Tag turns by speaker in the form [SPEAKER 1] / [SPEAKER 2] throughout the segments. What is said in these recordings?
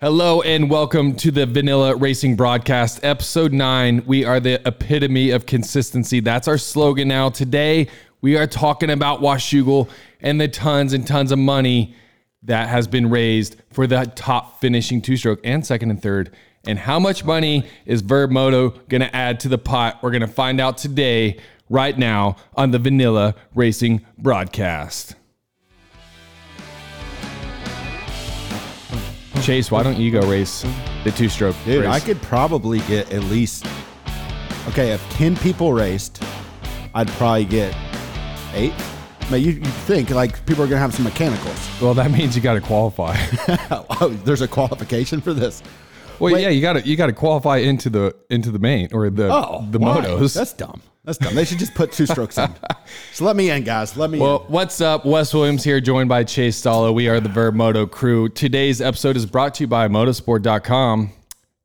[SPEAKER 1] Hello and welcome to the Vanilla Racing Broadcast, episode nine. We are the epitome of consistency. That's our slogan now. Today, we are talking about Washougal and the tons and tons of money that has been raised for the top finishing two stroke and second and third. And how much money is Verb Moto going to add to the pot? We're going to find out today, right now, on the Vanilla Racing Broadcast. Chase, why don't you go race the two stroke?
[SPEAKER 2] Dude, I could probably get at least okay, if ten people raced, I'd probably get eight. But you, you think like people are gonna have some mechanicals.
[SPEAKER 1] Well, that means you got to qualify.
[SPEAKER 2] oh, there's a qualification for this.
[SPEAKER 1] Well, yeah, you got to you got to qualify into the into the main or the
[SPEAKER 2] Oh,
[SPEAKER 1] the
[SPEAKER 2] why?
[SPEAKER 1] motos.
[SPEAKER 2] That's dumb. That's dumb. They should just put two strokes in. So let me in, guys. Let me in.
[SPEAKER 1] Well, what's up? Wes Williams here, joined by Chase Stalla. We are the Verb Moto crew. Today's episode is brought to you by motosport.com.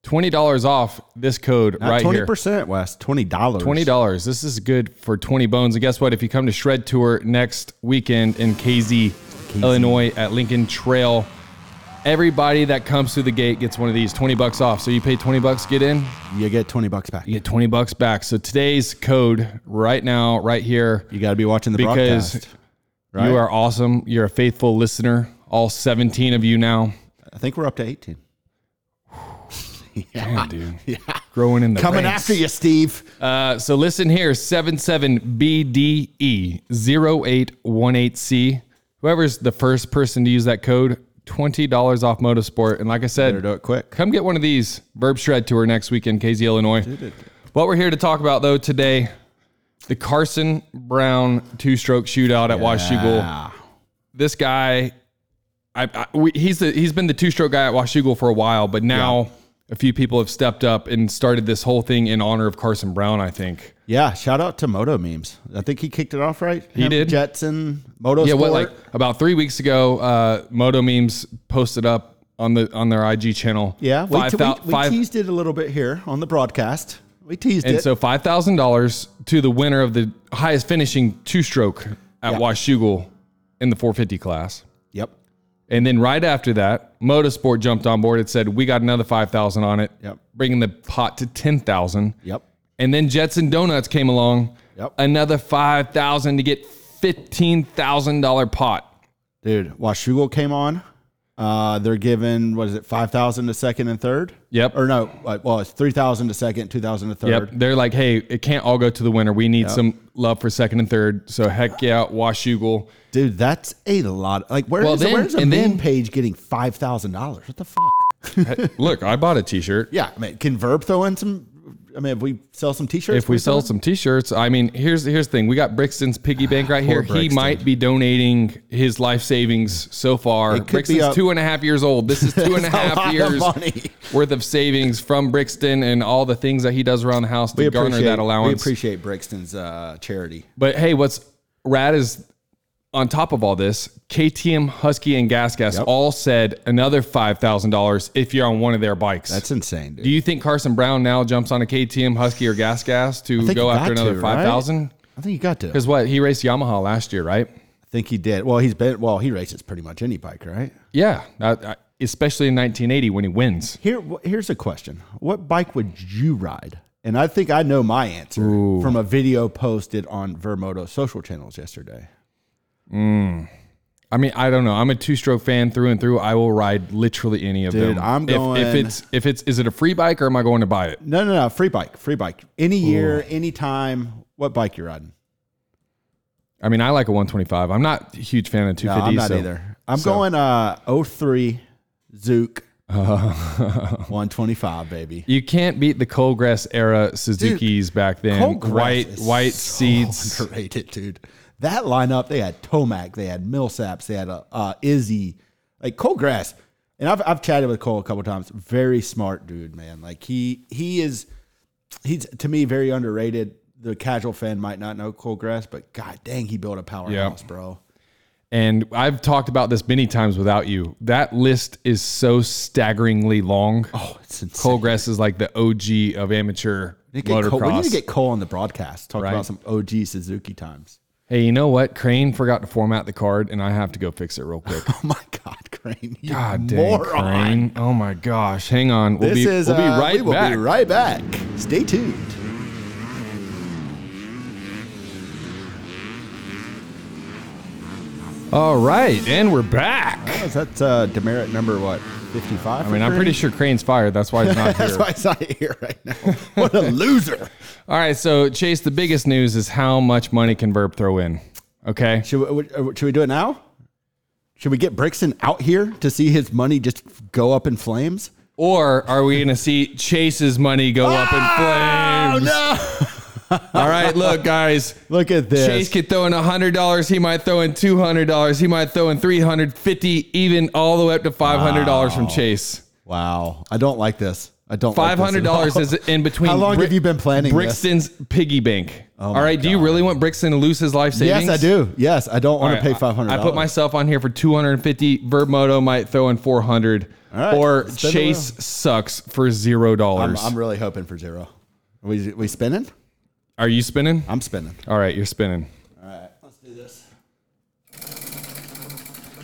[SPEAKER 1] $20 off this code
[SPEAKER 2] Not
[SPEAKER 1] right here.
[SPEAKER 2] 20%, Wes. Twenty dollars.
[SPEAKER 1] Twenty dollars. This is good for twenty bones. And guess what? If you come to Shred Tour next weekend in KZ, Illinois at Lincoln Trail, everybody that comes through the gate gets one of these. Twenty bucks off. So you pay twenty bucks, get in,
[SPEAKER 2] You get twenty bucks back.
[SPEAKER 1] you get twenty bucks back. So today's code right now, right here,
[SPEAKER 2] You gotta be watching the
[SPEAKER 1] Because
[SPEAKER 2] broadcast. Right?
[SPEAKER 1] you are awesome. You're a faithful listener. All seventeen of you now.
[SPEAKER 2] I think we're up to eighteen.
[SPEAKER 1] Damn, dude. Yeah. Growing in the
[SPEAKER 2] Ah, Coming
[SPEAKER 1] ranks.
[SPEAKER 2] after you, Steve.
[SPEAKER 1] Uh, so listen here, E, 77BDE0818C. Whoever's the first person to use that code, $20 off Motorsport. And like I
[SPEAKER 2] Better
[SPEAKER 1] said,
[SPEAKER 2] do it quick.
[SPEAKER 1] come get one of these Verb Shred Tour next week in KZ, Illinois. What we're here to talk about, though, today, the Carson Brown two-stroke shootout at Washougal.
[SPEAKER 2] Ah,
[SPEAKER 1] This guy, I, I, we, he's, the, he's been the two-stroke guy at Washougal for a while, but now... A few people have stepped up and started this whole thing in honor of Carson Brown, I think.
[SPEAKER 2] Yeah, shout out to Moto memes. I think he kicked it off, right? He
[SPEAKER 1] did.
[SPEAKER 2] Jetson, Moto
[SPEAKER 1] Yeah, what
[SPEAKER 2] Sport.
[SPEAKER 1] like about three weeks ago, uh, Moto memes posted up on the on their IG channel.
[SPEAKER 2] yeah, we,
[SPEAKER 1] five
[SPEAKER 2] te-
[SPEAKER 1] thou-
[SPEAKER 2] we, we
[SPEAKER 1] five-
[SPEAKER 2] teased it a little bit here on the broadcast. We teased
[SPEAKER 1] and
[SPEAKER 2] it.
[SPEAKER 1] so five thousand dollars to the winner of the highest finishing two stroke at Washougal in the 450 class.
[SPEAKER 2] yep,
[SPEAKER 1] And then right after that, Motorsport jumped on board. It said we got another five thousand on it,
[SPEAKER 2] Yep.
[SPEAKER 1] bringing the pot to ten thousand.
[SPEAKER 2] yep,
[SPEAKER 1] And then Jetson Donuts came along,
[SPEAKER 2] Yep.
[SPEAKER 1] another five thousand to get fifteen thousand dollar pot.
[SPEAKER 2] dude. Washugal came on. Uh, they're giving what is it, five thousand to second and third?
[SPEAKER 1] Yep.
[SPEAKER 2] Or no, like, well, it's three thousand to second, two thousand to
[SPEAKER 1] Yep.
[SPEAKER 2] third.
[SPEAKER 1] They're like, hey, it can't all go to the winner. We need some love for second and third. So heck yeah, Washougal.
[SPEAKER 2] Dude, that's a lot. Like, where is
[SPEAKER 1] Well, then-
[SPEAKER 2] where's a
[SPEAKER 1] and
[SPEAKER 2] meme
[SPEAKER 1] then-
[SPEAKER 2] page getting five thousand dollars? What the fuck?
[SPEAKER 1] Look, I bought a t-shirt.
[SPEAKER 2] Yeah, I mean, can Verb throw in some? I mean, if we sell some T-shirts,
[SPEAKER 1] If we sell some t-shirts, I mean, here's here's the thing. We got Brixton's piggy bank right here. He
[SPEAKER 2] Brixton.
[SPEAKER 1] might be donating his life savings so far.
[SPEAKER 2] be
[SPEAKER 1] Brixton's
[SPEAKER 2] up-
[SPEAKER 1] two and a half years old. This is two and a
[SPEAKER 2] That's a
[SPEAKER 1] half
[SPEAKER 2] lot of
[SPEAKER 1] years
[SPEAKER 2] money.
[SPEAKER 1] worth of savings from Brixton and all the things that he does around the house to garner that
[SPEAKER 2] We
[SPEAKER 1] allowance.
[SPEAKER 2] appreciate Brixton's uh, charity.
[SPEAKER 1] But hey, what's rad is on top of all this, KTM, Husky, and Gas Gas all said another five thousand dollars if you're on one of their bikes.
[SPEAKER 2] That's insane, dude.
[SPEAKER 1] Do you think Carson Brown now jumps on a KTM, Husky, or Gas Gas to
[SPEAKER 2] think
[SPEAKER 1] go
[SPEAKER 2] he
[SPEAKER 1] after
[SPEAKER 2] got
[SPEAKER 1] another
[SPEAKER 2] to, right?
[SPEAKER 1] five thousand?
[SPEAKER 2] I think he got to. I
[SPEAKER 1] Because what he raced Yamaha last year, right?
[SPEAKER 2] think he did. Well, he's been. Well, he races pretty much any bike, right?
[SPEAKER 1] Yeah, that- I- especially in 1980 when he wins.
[SPEAKER 2] Here, wh- here's a question: What bike would you ride? And I think I know my answer from a video posted on Vermoto's social channels yesterday.
[SPEAKER 1] I mean, I don't know. I'm a two-stroke fan through and through. I will ride literally any of
[SPEAKER 2] Dude,
[SPEAKER 1] them.
[SPEAKER 2] I'm
[SPEAKER 1] If- if
[SPEAKER 2] going-
[SPEAKER 1] it's if it's is it a free bike or am I going to buy it?
[SPEAKER 2] No, no, no, free bike, free bike. Any year, any time. What bike you riding?
[SPEAKER 1] I mean, I like a 125. I'm not a huge fan of 250s.
[SPEAKER 2] No, I'm not
[SPEAKER 1] so-
[SPEAKER 2] either. I'm going uh 03 Zook 125, baby.
[SPEAKER 1] You can't beat the Colgrass era Suzuki's back then.
[SPEAKER 2] Colgrass
[SPEAKER 1] white
[SPEAKER 2] is
[SPEAKER 1] white
[SPEAKER 2] so
[SPEAKER 1] seats.
[SPEAKER 2] underrated, dude. That lineup, they had Tomac, they had Millsaps, they had uh, uh, Izzy, like Cole Grass. And I've, I've chatted with Cole a couple times. Very smart dude, man. Like he he is he's to me very underrated. The casual fan might not know Cole Grass, but god dang, he built a powerhouse, bro.
[SPEAKER 1] And I've talked about this many times without you. That list is so staggeringly long.
[SPEAKER 2] Oh, it's insane.
[SPEAKER 1] Colgrass is like the OG of amateur
[SPEAKER 2] We need to get Cole, we need
[SPEAKER 1] motocross.
[SPEAKER 2] to get Cole on the broadcast. Talk
[SPEAKER 1] Right.
[SPEAKER 2] about some OG Suzuki times.
[SPEAKER 1] Hey, you know what? Crane forgot to format the card, and I have to go fix it real quick.
[SPEAKER 2] Oh my God, Crane! You
[SPEAKER 1] God dang,
[SPEAKER 2] Ah, moron.
[SPEAKER 1] Crane! Oh my gosh! Hang on. We'll
[SPEAKER 2] This
[SPEAKER 1] be
[SPEAKER 2] is
[SPEAKER 1] we'll be
[SPEAKER 2] uh,
[SPEAKER 1] right
[SPEAKER 2] we will
[SPEAKER 1] back.
[SPEAKER 2] be right back. Stay tuned.
[SPEAKER 1] All right, and we're back.
[SPEAKER 2] Is that uh, demerit number what? Fifty-five.
[SPEAKER 1] I mean, I'm pretty sure Crane's fired. That's why he's not here.
[SPEAKER 2] That's why it's not here right now. What a loser!
[SPEAKER 1] All right, so Chase, the biggest news is how much money can Verb throw in? Okay.
[SPEAKER 2] Should we, uh, should we do it now? Should we get Brixton out here to see his money just go up in flames?
[SPEAKER 1] Or are we going to see Chase's money go up in flames?
[SPEAKER 2] Oh, no!
[SPEAKER 1] All right, look, guys.
[SPEAKER 2] Look at this.
[SPEAKER 1] Chase could throw in hundred dollars. He might throw in two hundred dollars. He might throw in three hundred fifty, even all the way up to five hundred dollars from Chase.
[SPEAKER 2] wow, I don't like this. I don't.
[SPEAKER 1] Five
[SPEAKER 2] like this at
[SPEAKER 1] hundred dollars
[SPEAKER 2] all.
[SPEAKER 1] is in between.
[SPEAKER 2] How long
[SPEAKER 1] Bri-
[SPEAKER 2] have you been planning this? Oh
[SPEAKER 1] Brixton's piggy bank. all
[SPEAKER 2] my
[SPEAKER 1] right, do you really want Brixton to lose his life savings?
[SPEAKER 2] Yes, I do. Yes, I don't want
[SPEAKER 1] All right,
[SPEAKER 2] to
[SPEAKER 1] I-
[SPEAKER 2] pay five hundred.
[SPEAKER 1] I put myself on here for 250. Vermoto might throw in 400.
[SPEAKER 2] right,
[SPEAKER 1] Or
[SPEAKER 2] spin the
[SPEAKER 1] Chase sucks for zero
[SPEAKER 2] I'm,
[SPEAKER 1] dollars.
[SPEAKER 2] I'm really hoping for zero. we we spinning?
[SPEAKER 1] Are you spinning?
[SPEAKER 2] I'm spinning.
[SPEAKER 1] All right, you're spinning.
[SPEAKER 2] All right, let's do this.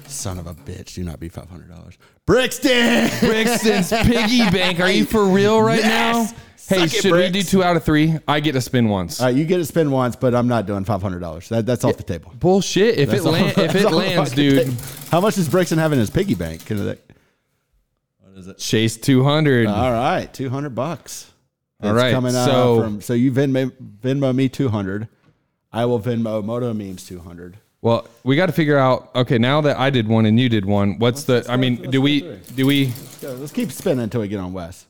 [SPEAKER 2] Son of a bitch! Do not be five hundred dollars, Brixton.
[SPEAKER 1] Brixton's piggy bank. Are you for real right
[SPEAKER 2] Yes!
[SPEAKER 1] now? Hey,
[SPEAKER 2] Suck it,
[SPEAKER 1] should we do
[SPEAKER 2] Brix.
[SPEAKER 1] two out of three? I get to spin once.
[SPEAKER 2] All right, you get to spin once, but I'm not doing five hundred dollars. That, that's off the table.
[SPEAKER 1] Bullshit. If it
[SPEAKER 2] That's all-
[SPEAKER 1] land, if
[SPEAKER 2] that's
[SPEAKER 1] it
[SPEAKER 2] all
[SPEAKER 1] lands,
[SPEAKER 2] I can
[SPEAKER 1] dude,
[SPEAKER 2] take. How much does Brixton have in his piggy bank? Can they-
[SPEAKER 1] Chase 200.
[SPEAKER 2] all right, two hundred bucks.
[SPEAKER 1] All right,
[SPEAKER 2] coming out
[SPEAKER 1] so-
[SPEAKER 2] from so you Venmo, Venmo me two hundred. I will Venmo Moto memes two hundred.
[SPEAKER 1] well, we got to figure out. Okay, now that I did one and you did one, what's the? I mean,
[SPEAKER 2] let's
[SPEAKER 1] do
[SPEAKER 2] go
[SPEAKER 1] we?
[SPEAKER 2] three.
[SPEAKER 1] Do we?
[SPEAKER 2] So let's keep spinning until we get on Wes.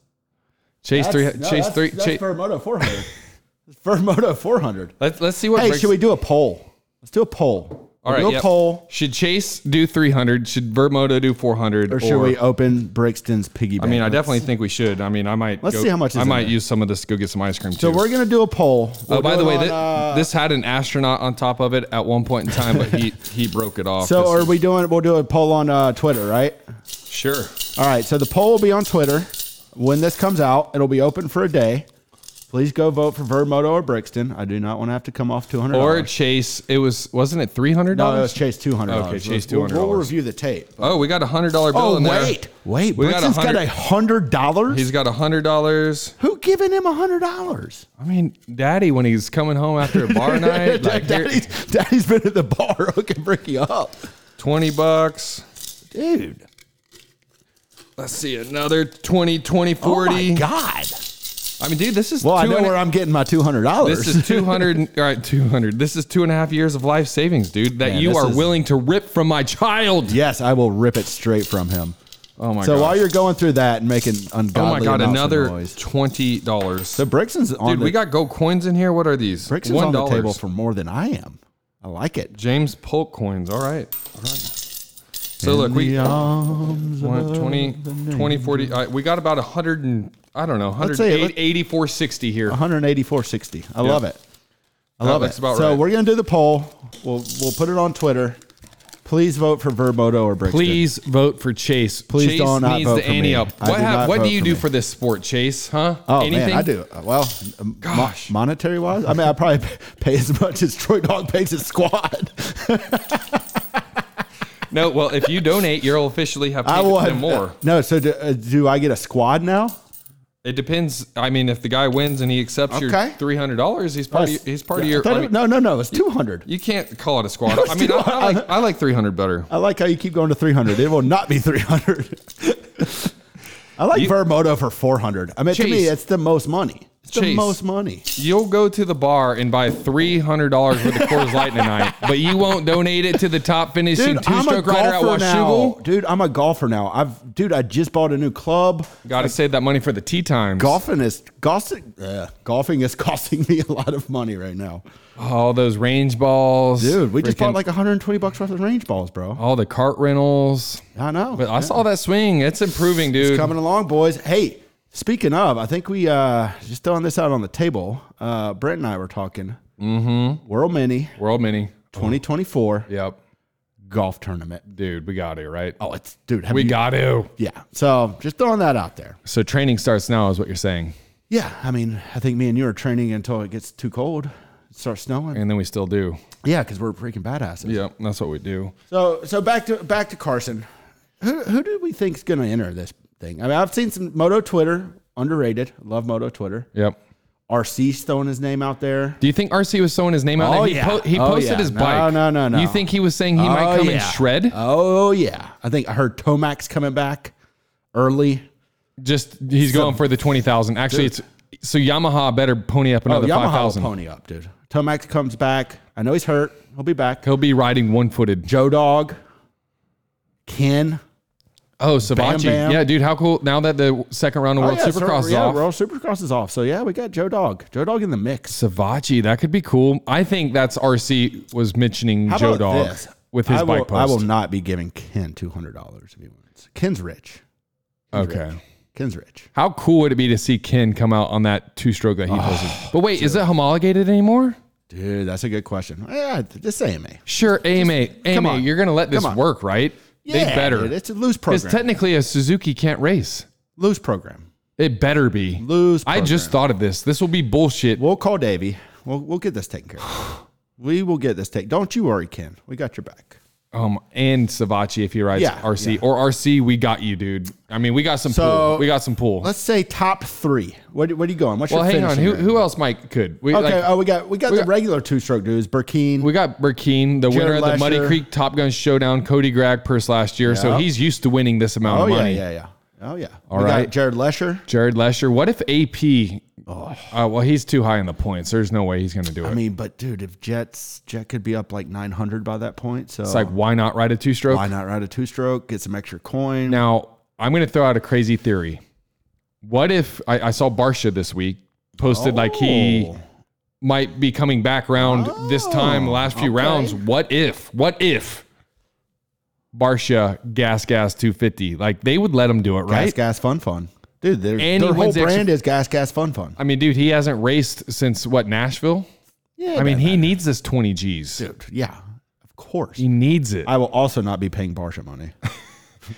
[SPEAKER 1] Chase three.
[SPEAKER 2] That's- no,
[SPEAKER 1] Chase
[SPEAKER 2] that's-
[SPEAKER 1] three.
[SPEAKER 2] That's
[SPEAKER 1] Chase,
[SPEAKER 2] for Moto four hundred. for Moto four hundred.
[SPEAKER 1] let's let's see what.
[SPEAKER 2] Hey,
[SPEAKER 1] Brix-
[SPEAKER 2] should we do a poll? Let's do a poll.
[SPEAKER 1] All right,
[SPEAKER 2] We'll do a
[SPEAKER 1] yep.
[SPEAKER 2] poll,
[SPEAKER 1] Should Chase do 300? Should Vermodo do 400?
[SPEAKER 2] or should we open Brixton's piggy bank?
[SPEAKER 1] I mean, I
[SPEAKER 2] Let's-
[SPEAKER 1] definitely think we should. I mean, I might.
[SPEAKER 2] Let's
[SPEAKER 1] go-
[SPEAKER 2] see how much is
[SPEAKER 1] I
[SPEAKER 2] in
[SPEAKER 1] might
[SPEAKER 2] there.
[SPEAKER 1] use some of this to go get some ice cream.
[SPEAKER 2] So
[SPEAKER 1] too.
[SPEAKER 2] we're gonna do a poll.
[SPEAKER 1] Oh,
[SPEAKER 2] We'll
[SPEAKER 1] by
[SPEAKER 2] do
[SPEAKER 1] the
[SPEAKER 2] it
[SPEAKER 1] way,
[SPEAKER 2] on,
[SPEAKER 1] thi-
[SPEAKER 2] uh,
[SPEAKER 1] this had an astronaut on top of it at one point in time, but he he broke it off.
[SPEAKER 2] So
[SPEAKER 1] This
[SPEAKER 2] are
[SPEAKER 1] is-
[SPEAKER 2] we doing? We'll do a poll on uh, Twitter, right?
[SPEAKER 1] sure?
[SPEAKER 2] All right. So the poll will be on Twitter. When this comes out, it'll be open for a day. Please go vote for Vermoto or Brixton. I do not want to have to come off two hundred.
[SPEAKER 1] Or Chase? It was wasn't it 300?
[SPEAKER 2] no, it's Chase two hundred.
[SPEAKER 1] Okay, Oh, Chase
[SPEAKER 2] We'll,
[SPEAKER 1] $200.
[SPEAKER 2] review the tape.
[SPEAKER 1] Oh, we got a hundred dollar bill
[SPEAKER 2] Oh
[SPEAKER 1] in there.
[SPEAKER 2] wait, wait.
[SPEAKER 1] We got
[SPEAKER 2] Brixton's got a
[SPEAKER 1] $100.
[SPEAKER 2] hundred dollars.
[SPEAKER 1] He's got a hundred dollars.
[SPEAKER 2] Who giving him a hundred dollars?
[SPEAKER 1] I mean, Daddy, when he's coming home after a bar night, like here-
[SPEAKER 2] Daddy's, Daddy's been at the bar hooking Bricky up,
[SPEAKER 1] twenty bucks.
[SPEAKER 2] dude.
[SPEAKER 1] Let's see another 20, 20,
[SPEAKER 2] Oh my
[SPEAKER 1] 40.
[SPEAKER 2] god.
[SPEAKER 1] I mean, dude, this is
[SPEAKER 2] Well, I
[SPEAKER 1] two
[SPEAKER 2] know
[SPEAKER 1] and-
[SPEAKER 2] where I'm getting my two hundred dollars.
[SPEAKER 1] this is two hundred. all right, two hundred. This is two and a half years of life savings, dude. That
[SPEAKER 2] Man,
[SPEAKER 1] you
[SPEAKER 2] this
[SPEAKER 1] are
[SPEAKER 2] is-
[SPEAKER 1] willing to rip from my child.
[SPEAKER 2] Yes, I will rip it straight from him.
[SPEAKER 1] Oh my
[SPEAKER 2] so
[SPEAKER 1] gosh.
[SPEAKER 2] while you're going through that and making
[SPEAKER 1] Oh
[SPEAKER 2] ungodly
[SPEAKER 1] my god,
[SPEAKER 2] amounts of
[SPEAKER 1] another
[SPEAKER 2] noise,
[SPEAKER 1] twenty dollars.
[SPEAKER 2] so Brixton's on
[SPEAKER 1] Dude,
[SPEAKER 2] the,
[SPEAKER 1] we got gold coins in here. What are these?
[SPEAKER 2] Brixton's on the table for more than I am. I like it.
[SPEAKER 1] James Polk coins. All right. All right. So look,
[SPEAKER 2] In
[SPEAKER 1] we
[SPEAKER 2] the arms of-
[SPEAKER 1] One, 20, 20, 40. All right, we got about 100 and, I don't know,
[SPEAKER 2] Let's say-
[SPEAKER 1] 180, 84, 60 here.
[SPEAKER 2] 184.60. I love it. I love
[SPEAKER 1] looks
[SPEAKER 2] it.
[SPEAKER 1] about
[SPEAKER 2] so
[SPEAKER 1] right.
[SPEAKER 2] we're gonna do the poll. We'll we'll put it on Twitter. Please vote for Verboto or Brixton.
[SPEAKER 1] Please vote for Chase.
[SPEAKER 2] Please
[SPEAKER 1] Chase
[SPEAKER 2] don't not
[SPEAKER 1] needs
[SPEAKER 2] vote
[SPEAKER 1] to
[SPEAKER 2] for me.
[SPEAKER 1] ante up.
[SPEAKER 2] I
[SPEAKER 1] What,
[SPEAKER 2] do
[SPEAKER 1] hap-
[SPEAKER 2] not
[SPEAKER 1] what do
[SPEAKER 2] vote
[SPEAKER 1] you
[SPEAKER 2] for
[SPEAKER 1] do
[SPEAKER 2] me.
[SPEAKER 1] for this sport, Chase? Huh?
[SPEAKER 2] Oh
[SPEAKER 1] Anything?
[SPEAKER 2] man, I do. Well, m-
[SPEAKER 1] Gosh.
[SPEAKER 2] mo- monetary wise, I mean, I probably pay as much as Troy Dog pays his squad.
[SPEAKER 1] No, well, if you donate, you'll officially have
[SPEAKER 2] I
[SPEAKER 1] taken
[SPEAKER 2] will
[SPEAKER 1] them
[SPEAKER 2] have
[SPEAKER 1] more.
[SPEAKER 2] No, so do, uh, do I get a squad now?
[SPEAKER 1] It depends. I mean, if the guy wins and he accepts your
[SPEAKER 2] Okay.
[SPEAKER 1] $300, he's part, of,
[SPEAKER 2] Yes.
[SPEAKER 1] your- he's part
[SPEAKER 2] Yeah,
[SPEAKER 1] of
[SPEAKER 2] I
[SPEAKER 1] your.
[SPEAKER 2] thought
[SPEAKER 1] I
[SPEAKER 2] it-
[SPEAKER 1] mean,
[SPEAKER 2] no, no, no. It's two hundred.
[SPEAKER 1] You can't call it a squad. I mean, I, I, like, I like 300 better.
[SPEAKER 2] I like how you keep going to three hundred. It will not be three hundred. I like Vermoto for four hundred. I mean, to me,
[SPEAKER 1] Chase.
[SPEAKER 2] it's the most money. It's the
[SPEAKER 1] Chase.
[SPEAKER 2] most money.
[SPEAKER 1] You'll go to the bar and buy three hundred dollars worth of Coors Light tonight, but you won't donate it to the top finishing
[SPEAKER 2] Dude,
[SPEAKER 1] two
[SPEAKER 2] I'm a
[SPEAKER 1] stroke rider at
[SPEAKER 2] golfer now.
[SPEAKER 1] Washougal.
[SPEAKER 2] Dude, I'm a golfer now. I've dude, I just bought a new club.
[SPEAKER 1] Got to save that money for the tea times.
[SPEAKER 2] Golfing is golfing, uh, golfing is costing me a lot of money right now,
[SPEAKER 1] All those range balls,
[SPEAKER 2] dude. We just
[SPEAKER 1] freaking-
[SPEAKER 2] bought like 120 bucks worth of range balls, bro.
[SPEAKER 1] all the cart rentals.
[SPEAKER 2] Oh. I know.
[SPEAKER 1] But I saw that swing; it's improving, dude.
[SPEAKER 2] coming along, boys. Hey, speaking of, I think we uh just throwing this out on the table. Uh Brent and I were talking. Mm-hmm. World Mini
[SPEAKER 1] World Mini.
[SPEAKER 2] 2024
[SPEAKER 1] Yep,
[SPEAKER 2] golf tournament.
[SPEAKER 1] dude, we got to right.
[SPEAKER 2] Oh, it's dude. Have
[SPEAKER 1] we
[SPEAKER 2] you-
[SPEAKER 1] got to.
[SPEAKER 2] yeah. So just throwing that out there.
[SPEAKER 1] So training starts now, is what you're saying.
[SPEAKER 2] Yeah, I mean, I think me and you are training until it gets too cold. start snowing.
[SPEAKER 1] and then we still do.
[SPEAKER 2] Yeah, because we're freaking badasses.
[SPEAKER 1] Yeah, that's what we do.
[SPEAKER 2] So so back to back to Carson. Who who do we think's going to enter this thing? I mean, I've seen some Moto Twitter underrated. Love Moto Twitter.
[SPEAKER 1] Yep.
[SPEAKER 2] RC's throwing his name out there.
[SPEAKER 1] Do you think RC was sewing his name out?
[SPEAKER 2] Oh,
[SPEAKER 1] there? he,
[SPEAKER 2] yeah.
[SPEAKER 1] he
[SPEAKER 2] Oh,
[SPEAKER 1] posted
[SPEAKER 2] yeah.
[SPEAKER 1] his
[SPEAKER 2] No,
[SPEAKER 1] bike.
[SPEAKER 2] no, no, no.
[SPEAKER 1] You think he was saying he might
[SPEAKER 2] Oh,
[SPEAKER 1] come
[SPEAKER 2] yeah.
[SPEAKER 1] and shred?
[SPEAKER 2] Oh yeah, I think I heard Tomac's coming back early.
[SPEAKER 1] Just he's going for the twenty thousand. Actually, it's so Yamaha better pony up
[SPEAKER 2] Oh,
[SPEAKER 1] another
[SPEAKER 2] Yamaha
[SPEAKER 1] five
[SPEAKER 2] will
[SPEAKER 1] thousand.
[SPEAKER 2] pony up, dude. Tomac comes back. I know he's hurt. He'll be back.
[SPEAKER 1] He'll be riding one footed.
[SPEAKER 2] Joe Dog, Ken.
[SPEAKER 1] Oh, Savachi.
[SPEAKER 2] Bam. Oh,
[SPEAKER 1] Yeah, dude, how cool! Now that the second round of World
[SPEAKER 2] yeah,
[SPEAKER 1] Supercross
[SPEAKER 2] so-
[SPEAKER 1] is
[SPEAKER 2] yeah,
[SPEAKER 1] off,
[SPEAKER 2] World Supercross is off. So yeah, we got Joe Dog. Joe Dog in the mix.
[SPEAKER 1] Savachi, that could be cool. I think that's RC was mentioning
[SPEAKER 2] How
[SPEAKER 1] Joe
[SPEAKER 2] about
[SPEAKER 1] Dog
[SPEAKER 2] this?
[SPEAKER 1] with his
[SPEAKER 2] I will,
[SPEAKER 1] bike post.
[SPEAKER 2] I will not be giving Ken two hundred dollars if he wins. Ken's rich.
[SPEAKER 1] okay.
[SPEAKER 2] Ken's rich.
[SPEAKER 1] How cool would it be to see Ken come out on that two stroke that he posted? But wait, is it homologated anymore?
[SPEAKER 2] Dude, that's a good question. Yeah, just saying me.
[SPEAKER 1] Sure, AMA, AMA,
[SPEAKER 2] on.
[SPEAKER 1] you're gonna let this
[SPEAKER 2] Come on.
[SPEAKER 1] work, right?
[SPEAKER 2] Yeah,
[SPEAKER 1] they better
[SPEAKER 2] dude, it's a loose
[SPEAKER 1] because
[SPEAKER 2] program.
[SPEAKER 1] technically a Suzuki can't race.
[SPEAKER 2] loose program.
[SPEAKER 1] It better be.
[SPEAKER 2] Loose.
[SPEAKER 1] I
[SPEAKER 2] Program.
[SPEAKER 1] just thought of this. This will be bullshit.
[SPEAKER 2] we'll call Davey. We'll we'll get this taken care of. We will get this taken. Don't you worry, Ken. We got your back.
[SPEAKER 1] Um, and Savachi if he rides
[SPEAKER 2] Yeah,
[SPEAKER 1] RC or RC, we got you, dude. I mean, we got some
[SPEAKER 2] So-
[SPEAKER 1] pool. We got some pool.
[SPEAKER 2] Let's say top three. What what are you going? What's
[SPEAKER 1] Well,
[SPEAKER 2] your
[SPEAKER 1] hang on.
[SPEAKER 2] finishing
[SPEAKER 1] Who,
[SPEAKER 2] rank?
[SPEAKER 1] who else might could? We,
[SPEAKER 2] Okay.
[SPEAKER 1] like,
[SPEAKER 2] oh, we got we got the regular two stroke dudes. Burkeen.
[SPEAKER 1] we got Burkeen, the winner
[SPEAKER 2] Jared
[SPEAKER 1] of the Muddy
[SPEAKER 2] Lesher.
[SPEAKER 1] Creek Top Gun Showdown, Cody Gregg purse last year, so he's used to winning this amount
[SPEAKER 2] oh
[SPEAKER 1] of
[SPEAKER 2] yeah,
[SPEAKER 1] money.
[SPEAKER 2] yeah, yeah. Oh yeah.
[SPEAKER 1] All
[SPEAKER 2] we
[SPEAKER 1] right.
[SPEAKER 2] Got Jared Lesher.
[SPEAKER 1] Jared Lesher. What if AP? Uh, well, he's too high in the points. There's no way he's going to do it.
[SPEAKER 2] I mean, but dude, if Jets Jet could be up like nine hundred by that point, so
[SPEAKER 1] it's like, why not ride a two stroke?
[SPEAKER 2] why not ride a two stroke? Get some extra coin.
[SPEAKER 1] Now, I'm going to throw out a crazy theory. What if I, I saw Barsha this week posted like he
[SPEAKER 2] Oh.
[SPEAKER 1] might be coming back round this time,
[SPEAKER 2] Oh,
[SPEAKER 1] last few
[SPEAKER 2] okay.
[SPEAKER 1] rounds? What if? What if Barsha gas gas 250? Like they would let him do it,
[SPEAKER 2] gas
[SPEAKER 1] right?
[SPEAKER 2] gas fun fun, dude. Their,
[SPEAKER 1] And
[SPEAKER 2] their
[SPEAKER 1] he
[SPEAKER 2] whole
[SPEAKER 1] wins the extra-
[SPEAKER 2] brand is gas gas fun fun.
[SPEAKER 1] I mean, dude, he hasn't raced since what Nashville.
[SPEAKER 2] Yeah,
[SPEAKER 1] I mean,
[SPEAKER 2] man,
[SPEAKER 1] he needs this 20 G's.
[SPEAKER 2] dude. Yeah, of course.
[SPEAKER 1] He needs it.
[SPEAKER 2] I will also not be paying Barsha money.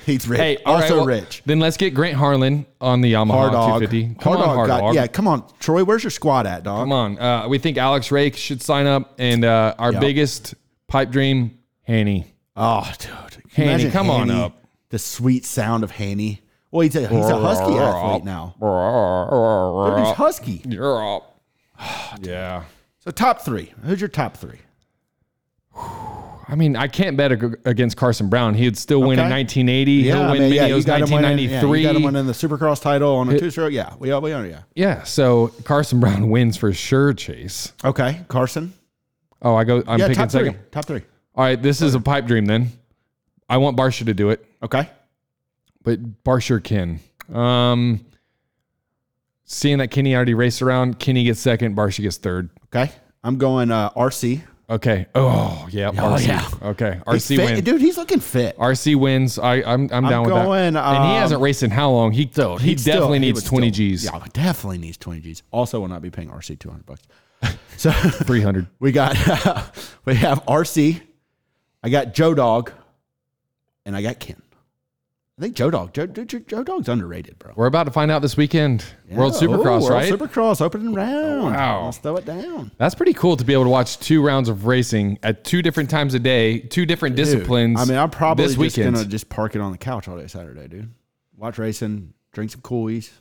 [SPEAKER 2] He's rich.
[SPEAKER 1] Hey, all right,
[SPEAKER 2] also
[SPEAKER 1] well,
[SPEAKER 2] rich.
[SPEAKER 1] Then let's get Grant Harlan on the Yamaha
[SPEAKER 2] Hard dog.
[SPEAKER 1] 250. Come on, hard
[SPEAKER 2] got-
[SPEAKER 1] dog.
[SPEAKER 2] Yeah, come on, Troy. Where's your squad at, dog?
[SPEAKER 1] Come on. Uh, we think Alex Rake should sign up, and uh, our biggest pipe dream, Haney.
[SPEAKER 2] Oh, dude.
[SPEAKER 1] Haney,
[SPEAKER 2] Can you imagine
[SPEAKER 1] come on
[SPEAKER 2] Haney?
[SPEAKER 1] up.
[SPEAKER 2] The sweet sound of Haney. Well, he's a, he's a husky athlete now. Dude, he's husky.
[SPEAKER 1] You're up. Yeah.
[SPEAKER 2] So top three. Who's your top three?
[SPEAKER 1] I mean, I can't bet ag- against Carson Brown. He'd still win in
[SPEAKER 2] Okay.
[SPEAKER 1] 1980. He'll
[SPEAKER 2] I
[SPEAKER 1] win
[SPEAKER 2] mean, yeah,
[SPEAKER 1] Mineo's
[SPEAKER 2] got him winning- yeah, you
[SPEAKER 1] 1993.
[SPEAKER 2] got him winning the Supercross title on a two stroke. Yeah, we all, we are. Yeah.
[SPEAKER 1] yeah, so Carson Brown wins for sure, Chase.
[SPEAKER 2] Okay, Carson.
[SPEAKER 1] Oh, I go. I'm
[SPEAKER 2] Yeah,
[SPEAKER 1] picking
[SPEAKER 2] top
[SPEAKER 1] second.
[SPEAKER 2] three. Top three.
[SPEAKER 1] All right, this is a pipe dream then. I want Barsha to do it,
[SPEAKER 2] Okay.
[SPEAKER 1] but Barsha can. Um, seeing that Kenny already raced around, Kenny gets second, Barsha gets third.
[SPEAKER 2] Okay. I'm going uh, RC.
[SPEAKER 1] Okay. Oh yeah. RC.
[SPEAKER 2] yeah.
[SPEAKER 1] Okay.
[SPEAKER 2] He's
[SPEAKER 1] RC
[SPEAKER 2] fit.
[SPEAKER 1] wins.
[SPEAKER 2] Dude, he's looking fit.
[SPEAKER 1] RC wins. I I'm I'm down with
[SPEAKER 2] going,
[SPEAKER 1] that. and he
[SPEAKER 2] um,
[SPEAKER 1] hasn't raced in how long? He he
[SPEAKER 2] He'd still-
[SPEAKER 1] definitely
[SPEAKER 2] he
[SPEAKER 1] needs
[SPEAKER 2] would
[SPEAKER 1] 20
[SPEAKER 2] still-
[SPEAKER 1] G's.
[SPEAKER 2] Yeah, definitely needs 20 G's. Also, will not be paying RC 200 bucks. So
[SPEAKER 1] 300.
[SPEAKER 2] we got we have RC. I got Joe Dog, and I got Ken. I think Joe Dog. Joe, dude, Joe, Joe Dog's underrated, bro.
[SPEAKER 1] We're about to find out this weekend. World
[SPEAKER 2] Yeah.
[SPEAKER 1] Supercross,
[SPEAKER 2] Ooh, World
[SPEAKER 1] right?
[SPEAKER 2] Supercross opening round.
[SPEAKER 1] Wow.
[SPEAKER 2] Let's throw it down.
[SPEAKER 1] That's pretty cool to be able to watch two rounds of racing at two different times a day, two different disciplines.
[SPEAKER 2] I mean, I'm probably
[SPEAKER 1] this
[SPEAKER 2] just
[SPEAKER 1] weekend.
[SPEAKER 2] gonna just park it on the couch all day Saturday, dude. Watch racing, drink some coolies.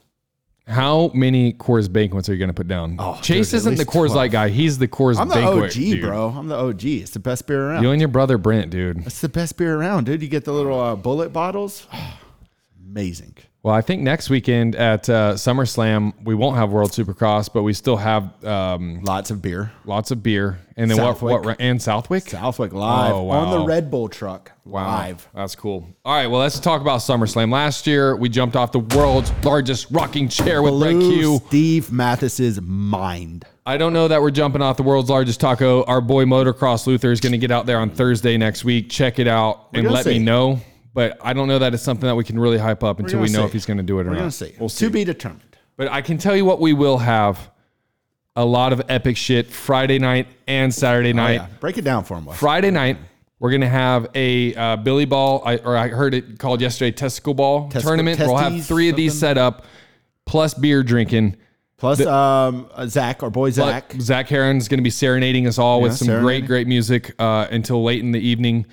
[SPEAKER 1] How many Coors banquets are you going to put down?
[SPEAKER 2] Oh,
[SPEAKER 1] Chase
[SPEAKER 2] dude, at
[SPEAKER 1] isn't the
[SPEAKER 2] least
[SPEAKER 1] Coors
[SPEAKER 2] 12.
[SPEAKER 1] Light guy. He's the Coors
[SPEAKER 2] I'm the
[SPEAKER 1] Banquet.
[SPEAKER 2] OG,
[SPEAKER 1] dude.
[SPEAKER 2] bro. I'm the OG. It's the best beer around.
[SPEAKER 1] You and your brother Brent, dude.
[SPEAKER 2] It's the best beer around, dude. You get the little uh, bullet bottles. Amazing.
[SPEAKER 1] Well, I think next weekend at uh, SummerSlam we won't have World Supercross, but we still have um,
[SPEAKER 2] Lots of beer.
[SPEAKER 1] lots of beer. And then what?
[SPEAKER 2] Southwick.
[SPEAKER 1] What? And Southwick.
[SPEAKER 2] Southwick live
[SPEAKER 1] Oh,
[SPEAKER 2] on the
[SPEAKER 1] wow.
[SPEAKER 2] Red Bull truck.
[SPEAKER 1] Wow,
[SPEAKER 2] Live.
[SPEAKER 1] That's cool. All right, well, let's talk about SummerSlam. Last year, we jumped off the world's largest rocking chair with Brett
[SPEAKER 2] Blew
[SPEAKER 1] Q.
[SPEAKER 2] Steve Mathis's mind.
[SPEAKER 1] I don't know that we're jumping off the world's largest taco. Our boy Motocross Luther is going to get out there on Thursday next week. Check it out and
[SPEAKER 2] gonna
[SPEAKER 1] let me
[SPEAKER 2] see.
[SPEAKER 1] know. But I don't know that it's something that we can really hype up until we
[SPEAKER 2] gonna
[SPEAKER 1] know
[SPEAKER 2] see.
[SPEAKER 1] if he's going to do it or
[SPEAKER 2] We're
[SPEAKER 1] not.
[SPEAKER 2] gonna see.
[SPEAKER 1] We'll
[SPEAKER 2] To be determined.
[SPEAKER 1] But I can tell you what we will have a lot of epic shit Friday night and Saturday night.
[SPEAKER 2] Oh, Yeah. Break it down for him. Wes.
[SPEAKER 1] Friday night, we're gonna have a uh, Billy Ball, I, or I heard it called yesterday, testicle ball tournament. We'll have
[SPEAKER 2] testes,
[SPEAKER 1] three of these set up, plus beer drinking.
[SPEAKER 2] Plus, um, uh, Zach, our boy Zach.
[SPEAKER 1] But Zach Heron's going to be serenading us all with
[SPEAKER 2] Yeah,
[SPEAKER 1] some
[SPEAKER 2] serenading.
[SPEAKER 1] great, great music uh, until late in the evening.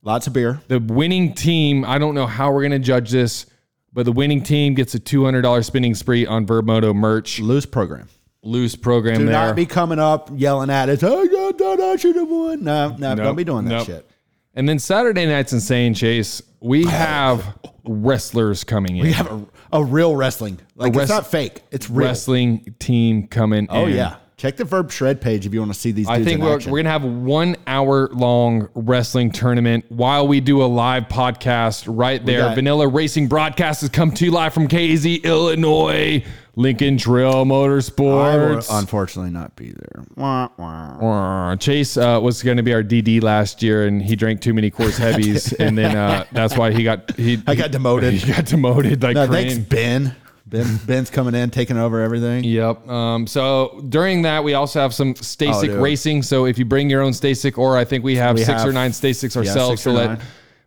[SPEAKER 2] Lots of beer.
[SPEAKER 1] The winning team, I don't know how we're going to judge this, but the winning team gets a $200 spinning spree on Verbmoto merch.
[SPEAKER 2] Loose program.
[SPEAKER 1] Loose program
[SPEAKER 2] Do
[SPEAKER 1] there.
[SPEAKER 2] not be coming up yelling at us. Oh, yeah, done, I should have won. No, no, don't be doing that
[SPEAKER 1] nope.
[SPEAKER 2] shit.
[SPEAKER 1] and then Saturday night's insane chase. We have wrestlers coming in.
[SPEAKER 2] We have a, a real wrestling.
[SPEAKER 1] A
[SPEAKER 2] Like it's
[SPEAKER 1] wrest-
[SPEAKER 2] not fake. It's real.
[SPEAKER 1] wrestling team coming
[SPEAKER 2] Oh
[SPEAKER 1] in.
[SPEAKER 2] yeah. Check the verb shred page if you want to see these. Dudes
[SPEAKER 1] I think
[SPEAKER 2] in
[SPEAKER 1] we're,
[SPEAKER 2] action.
[SPEAKER 1] we're going to have a one hour long wrestling tournament while we do a live podcast right there.
[SPEAKER 2] got-
[SPEAKER 1] Vanilla Racing Broadcast has come to you live from KZ, Illinois, Lincoln Trail
[SPEAKER 2] I will
[SPEAKER 1] Motorsports.
[SPEAKER 2] unfortunately not be there. Wah, wah.
[SPEAKER 1] Uh, Chase uh, was going to be our DD last year, and he drank too many coarse heavies, and then uh, that's why he got he
[SPEAKER 2] I got demoted.
[SPEAKER 1] He got demoted like
[SPEAKER 2] No,
[SPEAKER 1] crazy.
[SPEAKER 2] thanks, Ben. Ben Ben's coming in, taking over everything.
[SPEAKER 1] Yep. Um, so during that, we also have some Stasic
[SPEAKER 2] Oh, dude.
[SPEAKER 1] racing. So if you bring your own Stasic, or I think we have
[SPEAKER 2] We
[SPEAKER 1] six
[SPEAKER 2] have-
[SPEAKER 1] or nine Stasics ourselves
[SPEAKER 2] six or
[SPEAKER 1] to let
[SPEAKER 2] nine.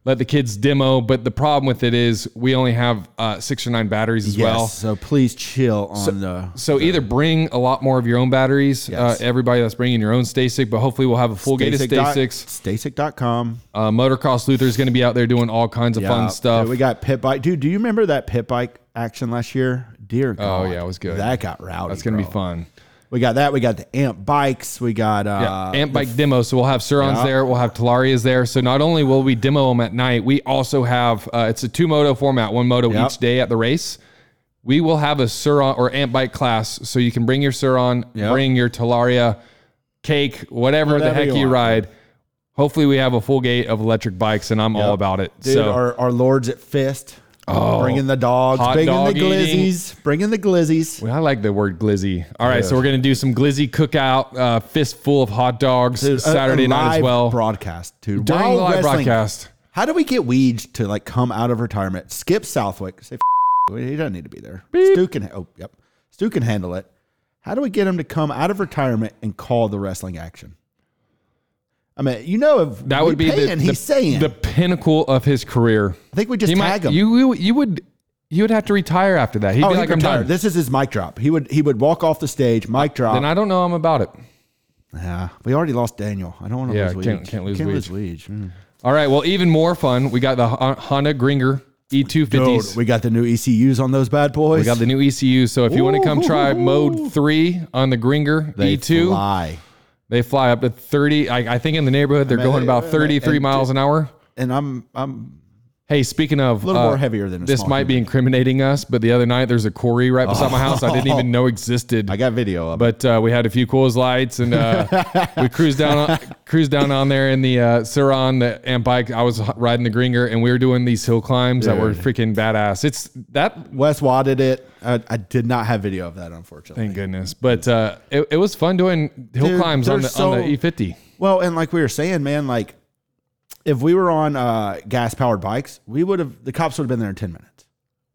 [SPEAKER 1] let the kids demo. But the problem with it is we only have uh, six or nine batteries as
[SPEAKER 2] Yes.
[SPEAKER 1] well.
[SPEAKER 2] so please chill on the
[SPEAKER 1] So either bring a lot more of your own batteries,
[SPEAKER 2] Yes.
[SPEAKER 1] uh, everybody that's bringing your own Stasic, but hopefully we'll have a full gate of
[SPEAKER 2] dot-
[SPEAKER 1] Stasics.
[SPEAKER 2] Stasic.com.
[SPEAKER 1] Uh, Motocross Luther is going to be out there doing all kinds of
[SPEAKER 2] Yeah.
[SPEAKER 1] fun stuff.
[SPEAKER 2] Dude, we got pit bike. Dude, do you remember that pit bike action last year? Dear God.
[SPEAKER 1] Oh, yeah, it was good.
[SPEAKER 2] That got rowdy.
[SPEAKER 1] That's going to be
[SPEAKER 2] bro.
[SPEAKER 1] fun.
[SPEAKER 2] We got that. We got the amp bikes. We got uh
[SPEAKER 1] Yeah, amp bike demo. So we'll have Surons
[SPEAKER 2] Yeah.
[SPEAKER 1] there. We'll have Talarias there. So not only will we demo them at night, we also have uh, it's a two moto format, one moto
[SPEAKER 2] Yep.
[SPEAKER 1] each day at the race. We will have a Suron or amp bike class, so you can bring your Suron,
[SPEAKER 2] Yep.
[SPEAKER 1] bring your Talaria, cake, whatever, the
[SPEAKER 2] Whatever
[SPEAKER 1] heck
[SPEAKER 2] you
[SPEAKER 1] you,
[SPEAKER 2] want.
[SPEAKER 1] ride. Hopefully, we have a full gate of electric bikes, and I'm all about it.
[SPEAKER 2] Dude,
[SPEAKER 1] so
[SPEAKER 2] our, our lords at fist. Oh, bringing the dogs,
[SPEAKER 1] hot
[SPEAKER 2] bringing
[SPEAKER 1] dog
[SPEAKER 2] the
[SPEAKER 1] eating.
[SPEAKER 2] glizzies, bringing the glizzies.
[SPEAKER 1] I like the word glizzy. All right, so we're gonna do some glizzy cookout, uh, fistful of hot dogs
[SPEAKER 2] Dude, a- a
[SPEAKER 1] Saturday night as
[SPEAKER 2] live
[SPEAKER 1] well
[SPEAKER 2] Broadcast too.
[SPEAKER 1] during
[SPEAKER 2] While
[SPEAKER 1] the live
[SPEAKER 2] wrestling-
[SPEAKER 1] broadcast.
[SPEAKER 2] How do we get Weege to like come out of retirement? Skip Southwick. Say "F- you." he doesn't need to be there. Stu can. Oh, yep. Stu can handle it. How do we get him to come out of retirement and call the wrestling action? I mean, you know, if
[SPEAKER 1] That would be the,
[SPEAKER 2] paying, he's
[SPEAKER 1] the,
[SPEAKER 2] saying.
[SPEAKER 1] the pinnacle of his career.
[SPEAKER 2] I think we just
[SPEAKER 1] You
[SPEAKER 2] tag
[SPEAKER 1] might
[SPEAKER 2] him.
[SPEAKER 1] you, you you would you would have to retire after that. He'd
[SPEAKER 2] oh,
[SPEAKER 1] be
[SPEAKER 2] he
[SPEAKER 1] like, I'm
[SPEAKER 2] retired.
[SPEAKER 1] done.
[SPEAKER 2] This is his mic drop. He would he would walk off the stage, mic drop.
[SPEAKER 1] Then I don't know. I'm about it.
[SPEAKER 2] Yeah, we already lost Daniel. I don't want to
[SPEAKER 1] Yeah,
[SPEAKER 2] lose.
[SPEAKER 1] can't-
[SPEAKER 2] Weege.
[SPEAKER 1] can't lose
[SPEAKER 2] Can't lose Weege. Mm.
[SPEAKER 1] All right. Well, even more fun. We got the Hon- Honda Gringer E250s.
[SPEAKER 2] Dude, we got the new ECUs on those bad boys.
[SPEAKER 1] we got the new ECU. So if you want to come try mode three on the Gringer
[SPEAKER 2] They
[SPEAKER 1] E2,
[SPEAKER 2] fly.
[SPEAKER 1] they fly up to 30. I, I think in the neighborhood they're going about
[SPEAKER 2] and-
[SPEAKER 1] 33
[SPEAKER 2] and-
[SPEAKER 1] miles an hour.
[SPEAKER 2] and I'm I'm
[SPEAKER 1] Hey, speaking of, a
[SPEAKER 2] little more heavier than a
[SPEAKER 1] Uh, this
[SPEAKER 2] small
[SPEAKER 1] might be incriminating us, but the other night there's a quarry right beside my house I didn't
[SPEAKER 2] Oh.
[SPEAKER 1] even know existed.
[SPEAKER 2] I got video of it.
[SPEAKER 1] but uh, we had a few Coors lights and uh, we cruised down on, cruised down on there in the uh, Suron the amp bike. I was h- riding the Gringer and we were doing these hill climbs that were freaking badass. It's that
[SPEAKER 2] Wes wadded it. I, I did not have video of that unfortunately.
[SPEAKER 1] thank goodness, but uh, it, it was fun doing hill
[SPEAKER 2] Dude,
[SPEAKER 1] climbs on the,
[SPEAKER 2] they're
[SPEAKER 1] on
[SPEAKER 2] so-
[SPEAKER 1] the E E50.
[SPEAKER 2] Well, and like we were saying, man, like if we were on uh, gas powered bikes, we would have the cops would have been there in ten minutes.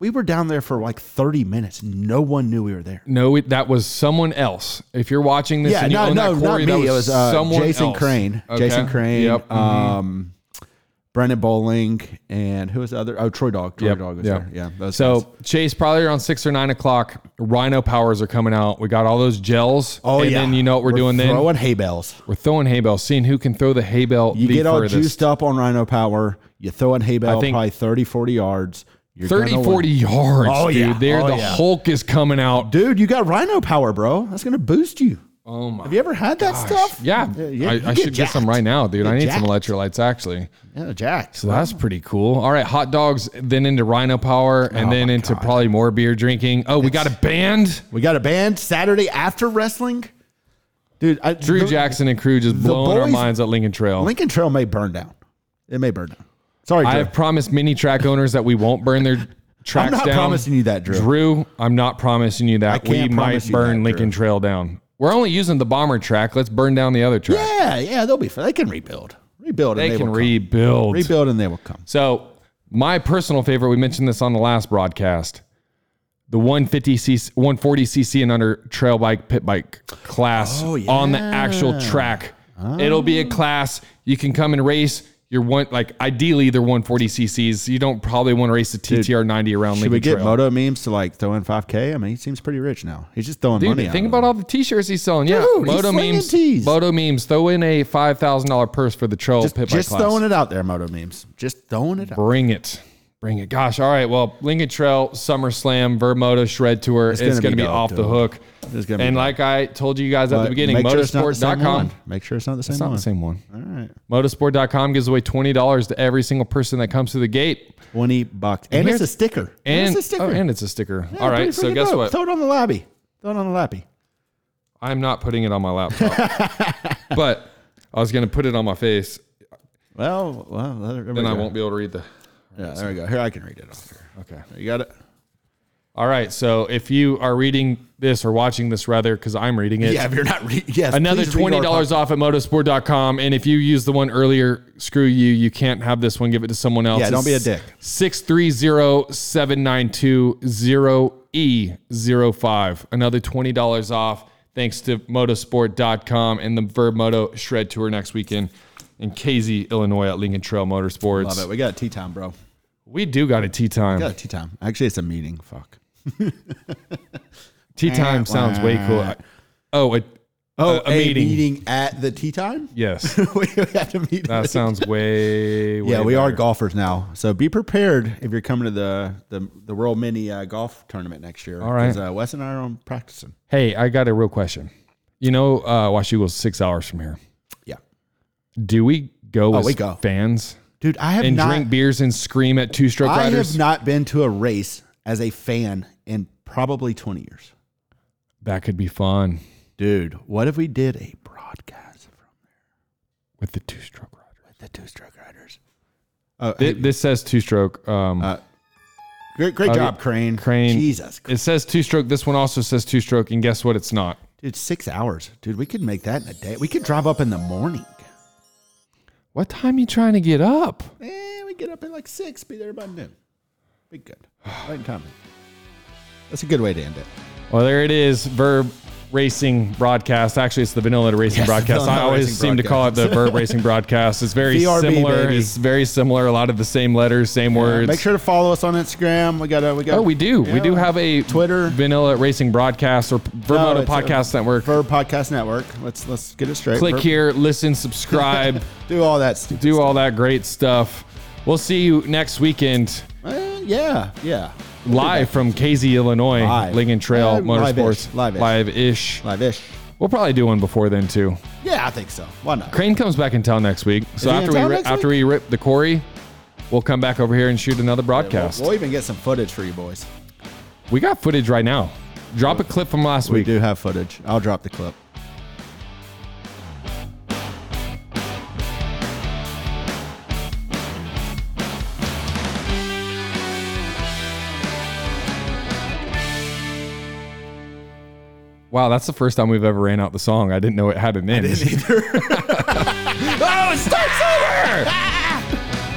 [SPEAKER 2] We were down there for like thirty minutes. No one knew we were there.
[SPEAKER 1] No, it, that was someone else. If you're watching this and you own that quarry, that was,
[SPEAKER 2] It was uh,
[SPEAKER 1] someone
[SPEAKER 2] Jason
[SPEAKER 1] else.
[SPEAKER 2] Crane.
[SPEAKER 1] Okay.
[SPEAKER 2] Jason Crane.
[SPEAKER 1] Yep. Mm-hmm.
[SPEAKER 2] Um, Brendan Bowling and who was the other? Oh, Troy Dog. Troy
[SPEAKER 1] Yep,
[SPEAKER 2] Dog was
[SPEAKER 1] yeah.
[SPEAKER 2] there. Yeah. Those
[SPEAKER 1] So
[SPEAKER 2] guys.
[SPEAKER 1] Chase, probably around six or nine o'clock, Rhino Powers are coming out. We got all those gels.
[SPEAKER 2] oh
[SPEAKER 1] and
[SPEAKER 2] yeah.
[SPEAKER 1] then you know what we're, doing
[SPEAKER 2] throwing
[SPEAKER 1] then.
[SPEAKER 2] Throwing hay bales.
[SPEAKER 1] We're throwing hay bales, seeing who can throw the hay bale
[SPEAKER 2] You
[SPEAKER 1] the
[SPEAKER 2] get all
[SPEAKER 1] furthest.
[SPEAKER 2] juiced up on Rhino Power. You throw in hay bale
[SPEAKER 1] think-
[SPEAKER 2] probably 30, 40 yards. You're
[SPEAKER 1] 30,
[SPEAKER 2] gonna win.
[SPEAKER 1] 40 yards,
[SPEAKER 2] Oh,
[SPEAKER 1] dude.
[SPEAKER 2] yeah.
[SPEAKER 1] There,
[SPEAKER 2] Oh,
[SPEAKER 1] the
[SPEAKER 2] yeah.
[SPEAKER 1] Hulk is coming out.
[SPEAKER 2] Dude, you got Rhino Power, bro. That's gonna boost you.
[SPEAKER 1] Oh, my.
[SPEAKER 2] Have you ever had that stuff?
[SPEAKER 1] Yeah.
[SPEAKER 2] yeah,
[SPEAKER 1] I,
[SPEAKER 2] you
[SPEAKER 1] I
[SPEAKER 2] get
[SPEAKER 1] should get some
[SPEAKER 2] jacked.
[SPEAKER 1] right now, dude.
[SPEAKER 2] Get
[SPEAKER 1] I need some
[SPEAKER 2] jacked.
[SPEAKER 1] electrolytes, actually.
[SPEAKER 2] Yeah, Jack.
[SPEAKER 1] So that's pretty cool. All right. Hot dogs, then into Rhino Power, and then into probably more beer drinking. Oh, we got a band.
[SPEAKER 2] We got a band Saturday after wrestling. Dude, I,
[SPEAKER 1] Drew
[SPEAKER 2] the-
[SPEAKER 1] Jackson and crew just blowing our
[SPEAKER 2] boys-
[SPEAKER 1] minds at Lincoln Trail.
[SPEAKER 2] Lincoln Trail may burn down. It may burn down. Sorry, Drew.
[SPEAKER 1] I have promised many track owners that we won't burn their tracks
[SPEAKER 2] I'm not
[SPEAKER 1] down.
[SPEAKER 2] promising you that, Drew.
[SPEAKER 1] Drew, I'm not promising you that. We
[SPEAKER 2] can't
[SPEAKER 1] might
[SPEAKER 2] promise you
[SPEAKER 1] burn
[SPEAKER 2] that,
[SPEAKER 1] Lincoln Trail down. We're only using the bomber track. Let's burn down the other track.
[SPEAKER 2] Yeah, yeah, they'll be. They can rebuild, rebuild,
[SPEAKER 1] they,
[SPEAKER 2] and they
[SPEAKER 1] can
[SPEAKER 2] will
[SPEAKER 1] rebuild.
[SPEAKER 2] come. rebuild, and they will come.
[SPEAKER 1] So, my personal favorite, we mentioned this on the last broadcast. The 150 cc, 140 cc and under trail bike pit bike
[SPEAKER 2] Oh,
[SPEAKER 1] class on the actual track. It'll be a class you can come and race. You're one like ideally they're 140 cc's. You don't probably want to race the TTR 90 around
[SPEAKER 2] Should
[SPEAKER 1] Lincoln
[SPEAKER 2] we get
[SPEAKER 1] Trail.
[SPEAKER 2] moto memes to like throw in 5K? I mean, he seems pretty rich now. He's just throwing
[SPEAKER 1] Dude,
[SPEAKER 2] money.
[SPEAKER 1] think
[SPEAKER 2] out
[SPEAKER 1] about all the t-shirts he's selling. Yeah,
[SPEAKER 2] Dude, he's
[SPEAKER 1] moto
[SPEAKER 2] slinging
[SPEAKER 1] memes.
[SPEAKER 2] tees.
[SPEAKER 1] Moto memes. Throw in a five thousand dollar purse for the trail
[SPEAKER 2] just,
[SPEAKER 1] pit
[SPEAKER 2] just
[SPEAKER 1] bike class.
[SPEAKER 2] throwing it out there, moto memes. Just throwing it out.
[SPEAKER 1] Bring it. Bring it. Gosh. All right. Well, Lincoln Trail, SummerSlam, Vermoto Shred Tour. It's,
[SPEAKER 2] gonna
[SPEAKER 1] going to be,
[SPEAKER 2] be dope,
[SPEAKER 1] off the
[SPEAKER 2] dude.
[SPEAKER 1] hook.
[SPEAKER 2] It's gonna be
[SPEAKER 1] and
[SPEAKER 2] dope.
[SPEAKER 1] like I told you guys at the
[SPEAKER 2] But
[SPEAKER 1] beginning,
[SPEAKER 2] make sure it's not the same
[SPEAKER 1] motorsport.com.
[SPEAKER 2] one. Make sure it's not the same
[SPEAKER 1] it's not
[SPEAKER 2] one.
[SPEAKER 1] the same one.
[SPEAKER 2] All right.
[SPEAKER 1] Motorsport.com gives away $20 to every single person that comes through the gate.
[SPEAKER 2] 20 bucks. And
[SPEAKER 1] Here's-
[SPEAKER 2] it's a sticker.
[SPEAKER 1] And,
[SPEAKER 2] it's a sticker.
[SPEAKER 1] oh, and it's a sticker.
[SPEAKER 2] Yeah,
[SPEAKER 1] All
[SPEAKER 2] pretty
[SPEAKER 1] right. So
[SPEAKER 2] freaking
[SPEAKER 1] guess
[SPEAKER 2] dope.
[SPEAKER 1] what?
[SPEAKER 2] Throw it on the lobby. Throw it on the lobby.
[SPEAKER 1] I'm not putting it on my laptop. but I was going to put it on my face
[SPEAKER 2] Well, well, there, there we
[SPEAKER 1] and I
[SPEAKER 2] go.
[SPEAKER 1] won't be able to read the.
[SPEAKER 2] Yeah, there we go. Here, I can read it off here. Okay. You got it?
[SPEAKER 1] All right. So if you are reading this or watching this, rather, because I'm reading it.
[SPEAKER 2] Yeah, if you're not reading. Yes.
[SPEAKER 1] Another
[SPEAKER 2] please read
[SPEAKER 1] twenty
[SPEAKER 2] our
[SPEAKER 1] dollars off at motosport.com. And if you use the one earlier, screw you. You can't have this one. Give it to someone else.
[SPEAKER 2] Yeah, don't be a dick.
[SPEAKER 1] Six three zero seven nine two zero E 5 Another twenty dollars off. Thanks to motosport.com and the Verb Moto Shred Tour next weekend in KZ, Illinois at Lincoln Trail Motorsports.
[SPEAKER 2] Love it. We got tea time, bro.
[SPEAKER 1] We do got a tea time.
[SPEAKER 2] We got tea time. Actually, it's a meeting. Fuck.
[SPEAKER 1] Tea time sounds way cool. Oh, it, oh, a, meeting.
[SPEAKER 2] at the tea time?
[SPEAKER 1] Yes.
[SPEAKER 2] we have to meet.
[SPEAKER 1] That sounds way, way
[SPEAKER 2] yeah, we are
[SPEAKER 1] better.
[SPEAKER 2] golfers now. So be prepared if you're coming to the the, the World Mini uh, Golf Tournament next year. All
[SPEAKER 1] right.
[SPEAKER 2] Uh, Wes and I are on practicing.
[SPEAKER 1] Hey, I got a real question. You know, uh, Washugo's six hours from here.
[SPEAKER 2] Yeah.
[SPEAKER 1] Do we go as
[SPEAKER 2] we go.
[SPEAKER 1] fans
[SPEAKER 2] Dude, I have
[SPEAKER 1] and
[SPEAKER 2] not.
[SPEAKER 1] drink beers and scream at two stroke
[SPEAKER 2] I
[SPEAKER 1] riders?
[SPEAKER 2] have not been to a race as a fan in probably 20 years.
[SPEAKER 1] that could be fun
[SPEAKER 2] Dude, what if we did a broadcast from
[SPEAKER 1] with the two stroke riders.
[SPEAKER 2] the Two Stroke Riders? Oh, hey,
[SPEAKER 1] Thi- This says two stroke. Um,
[SPEAKER 2] Uh, great, great job, Crane.
[SPEAKER 1] Crane.
[SPEAKER 2] Jesus,
[SPEAKER 1] it says two stroke. This one also says two stroke. And guess what? It's not.
[SPEAKER 2] dude, six hours, dude. We could make that in a day. We could drive up in the morning.
[SPEAKER 1] What time you trying to get up?
[SPEAKER 2] Eh, we get up at like six, be there by noon. Be good. Right in time. That's a good way to end it.
[SPEAKER 1] Well, there it is. Verb Racing Broadcast. Actually, it's the Vanilla to Racing
[SPEAKER 2] Yes,
[SPEAKER 1] Broadcast. I
[SPEAKER 2] Vanilla
[SPEAKER 1] always
[SPEAKER 2] Racing
[SPEAKER 1] seem to call it the Verb Racing Broadcast. It's very
[SPEAKER 2] VRB,
[SPEAKER 1] similar.
[SPEAKER 2] baby.
[SPEAKER 1] It's very similar. A lot of the same letters, same words.
[SPEAKER 2] Make sure to follow us on Instagram. We got a we got.
[SPEAKER 1] Oh, we do. We
[SPEAKER 2] Yeah.
[SPEAKER 1] do have a
[SPEAKER 2] Twitter.
[SPEAKER 1] Vanilla Racing Broadcast or
[SPEAKER 2] No,
[SPEAKER 1] Vermoto
[SPEAKER 2] it's a-
[SPEAKER 1] Podcast Network.
[SPEAKER 2] Verb Podcast Network. Let's let's get it straight.
[SPEAKER 1] Click
[SPEAKER 2] Verb-
[SPEAKER 1] here, listen, subscribe,
[SPEAKER 2] Do all that stupid.
[SPEAKER 1] do all that great stuff. We'll see you next weekend
[SPEAKER 2] Eh, yeah, yeah.
[SPEAKER 1] live from KZ, Illinois,
[SPEAKER 2] Live.
[SPEAKER 1] Lincoln Trail
[SPEAKER 2] Uh,
[SPEAKER 1] Motorsports.
[SPEAKER 2] live-ish, live-ish.
[SPEAKER 1] Live-ish.
[SPEAKER 2] Live ish.
[SPEAKER 1] We'll probably do one before then, too.
[SPEAKER 2] Yeah, I think so. Why not?
[SPEAKER 1] Crane comes back in town next week. So
[SPEAKER 2] he in
[SPEAKER 1] after we
[SPEAKER 2] town
[SPEAKER 1] ri-
[SPEAKER 2] next
[SPEAKER 1] after we rip the quarry, we'll come back over here and shoot another
[SPEAKER 2] We'll,
[SPEAKER 1] broadcast.
[SPEAKER 2] we'll even get some footage for you boys.
[SPEAKER 1] We got footage right now. Drop a clip from last
[SPEAKER 2] We
[SPEAKER 1] week.
[SPEAKER 2] do have footage. I'll drop the clip.
[SPEAKER 1] Wow, that's the first time we've ever ran out the song. I didn't know it had an end.
[SPEAKER 2] Either.
[SPEAKER 1] oh, it starts over.